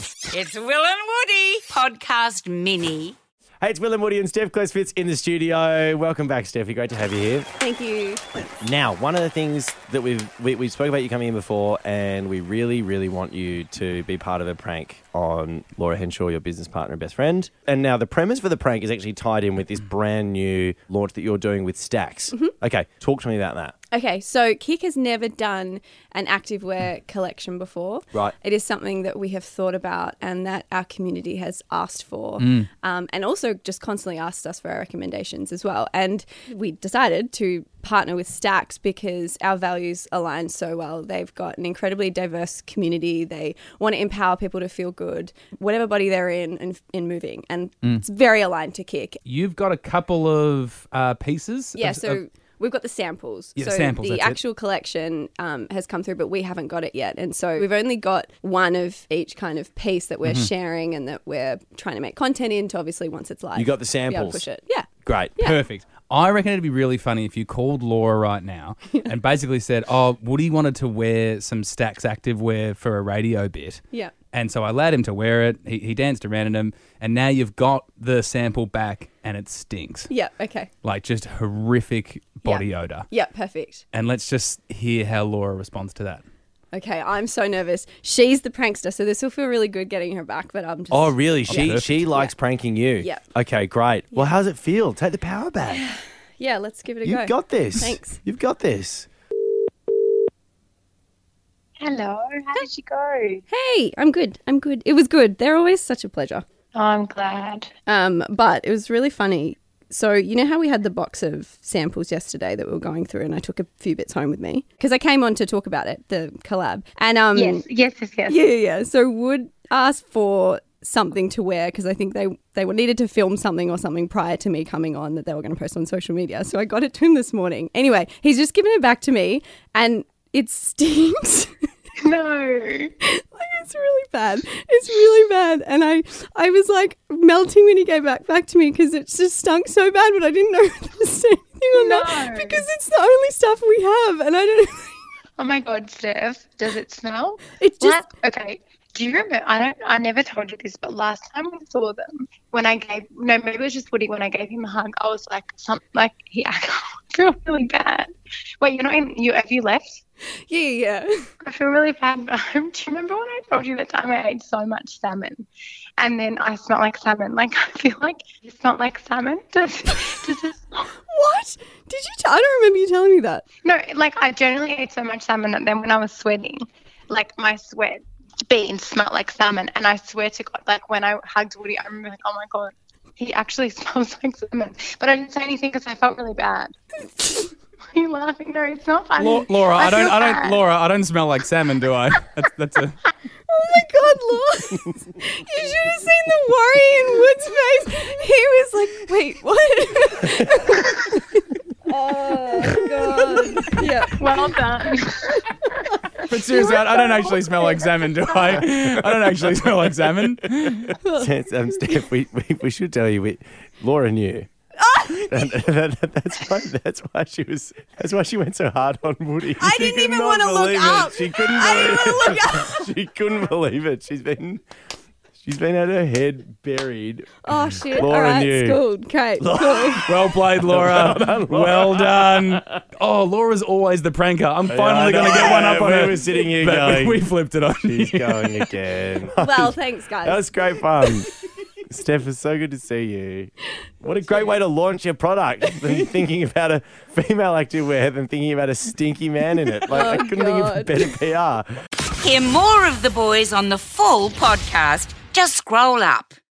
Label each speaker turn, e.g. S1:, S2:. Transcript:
S1: It's Will and Woody podcast mini.
S2: Hey, it's Will and Woody and Steph Clesfitz in the studio. Welcome back, Steffi. Great to have you here.
S3: Thank you.
S2: Now, one of the things that we've we, we spoke about you coming in before, and we really, really want you to be part of a prank on Laura Henshaw, your business partner and best friend. And now the premise for the prank is actually tied in with this brand new launch that you're doing with Stacks.
S3: Mm-hmm.
S2: Okay, talk to me about that.
S3: Okay, so Kick has never done an activewear collection before.
S2: Right.
S3: It is something that we have thought about and that our community has asked for, um, and also just constantly asked us for our recommendations as well. And we decided to partner with Stacks because our values align so well. They've got an incredibly diverse community. They want to empower people to feel good, whatever body they're in, and in moving. And it's very aligned to Kick.
S4: You've got a couple of uh, pieces.
S3: Yeah,
S4: of-
S3: so
S4: of-
S3: we've got the samples.
S4: Yeah,
S3: so
S4: samples,
S3: the
S4: that's it.
S3: actual collection um, has come through, but we haven't got it yet. And so we've only got one of each kind of piece that we're sharing and that we're trying to make content into. Obviously, once it's live,
S2: You got the
S3: be able to
S2: samples.
S3: push it. Yeah.
S2: Great.
S4: perfect. I reckon it'd be really funny if you called Laura right now and basically said, "Oh, Woody wanted to wear some Stacks activewear for a radio bit."
S3: Yeah.
S4: And so I allowed him to wear it. He, he danced around in them, and now you've got the sample back, and it stinks
S3: Yeah. Okay.
S4: like just horrific body
S3: Yeah.
S4: odor.
S3: Yeah. Perfect.
S4: And let's just hear how Laura responds to that.
S3: Okay. I'm so nervous. She's the prankster, so this will feel really good getting her back. But I'm just.
S2: Oh, really? She
S4: perfect.
S2: she likes pranking you.
S3: Yeah.
S2: Okay, great. Well, how's it feel? Take the power back.
S3: Yeah. Let's give it a go.
S2: You've got this.
S3: Thanks.
S2: You've got this.
S5: Hello, how did you go?
S3: Hey, I'm good. I'm good. It was good. They're always such a pleasure.
S5: Oh, I'm glad.
S3: Um, but it was really funny. So you know how we had the box of samples yesterday that we were going through, and I took a few bits home with me because I came on to talk about it, the collab. And um,
S5: Yes, yes, yes, yes.
S3: yeah, yeah, yeah. So Wood asked for something to wear because I think they they were needed to film something or something prior to me coming on that they were going to post on social media. So I got it to him this morning. Anyway, he's just given it back to me, and it stinks.
S5: No.
S3: like it's really bad. It's really bad. And I, I was like melting when he gave back back to me because it just stunk so bad. But I didn't know if to say anything or not
S5: No.
S3: because it's the only stuff we have, and I don't.
S5: Oh my god, Steph, does it smell?
S3: It just
S5: Last- okay. Do you remember? I don't. I never told you this, but last time we saw them, when I gave no, maybe it was just Woody. When I gave him a hug, I was like, something like, yeah, I feel really bad. Wait, you're not in. You have you left?
S3: yeah, yeah. yeah.
S5: I feel really bad. but Do you remember when I told you that time I ate so much salmon, and then I smelled like salmon? Like I feel like you smelled like salmon. Does does it smell?
S3: What did you? T- I don't remember you telling me that.
S5: No, like I generally ate so much salmon that then when I was sweating, like my sweat beans smelled like salmon. And I swear to God, like when I hugged Woody, I remember like, oh my God, he actually smells like salmon. But I didn't say anything because I felt really bad. Why Are you laughing? No, it's not funny.
S4: Lau- Laura, I don't,
S5: feel
S4: I don't,
S5: bad.
S4: Laura, I don't smell like salmon, do I? That's, that's a.
S3: Oh my God, Lord! you should have seen the worry in Wood's face. He was like, "Wait, what?" oh God! Yeah.
S5: Well done.
S4: But seriously, I, I don't actually smell like salmon, do I? I don't actually smell like salmon.
S2: Yes, um, Steph, we, we, we should tell you, we, Laura knew. And that- that- that's why. That's why she was. That's why she went so hard on Woody. I
S3: didn't even wanna look up.
S2: She couldn't
S3: I didn't
S2: believe
S3: wanna
S2: it. She couldn't believe it. She's been. She's been at her head buried.
S3: Oh shit!
S2: Laura
S3: All right,
S2: knew.
S3: it's cool. Great. Cool.
S4: Well played, Laura. Well done. Oh, Laura's always the pranker. I'm finally
S2: I
S4: going to
S2: know.
S4: get one up on
S2: We
S4: her.
S2: were sitting here
S4: but
S2: going,
S4: We, we flipped it on
S2: She's
S4: you.
S2: going again.
S3: Well, thanks, guys.
S2: That was great fun. Steph, it's so good to see you. What a great way to launch your product than thinking about a female active wear than thinking about a stinky man in it. Like, I
S3: Oh,
S2: couldn't
S3: God.
S2: think of better PR.
S1: Hear more of the boys on the full podcast. Just scroll up.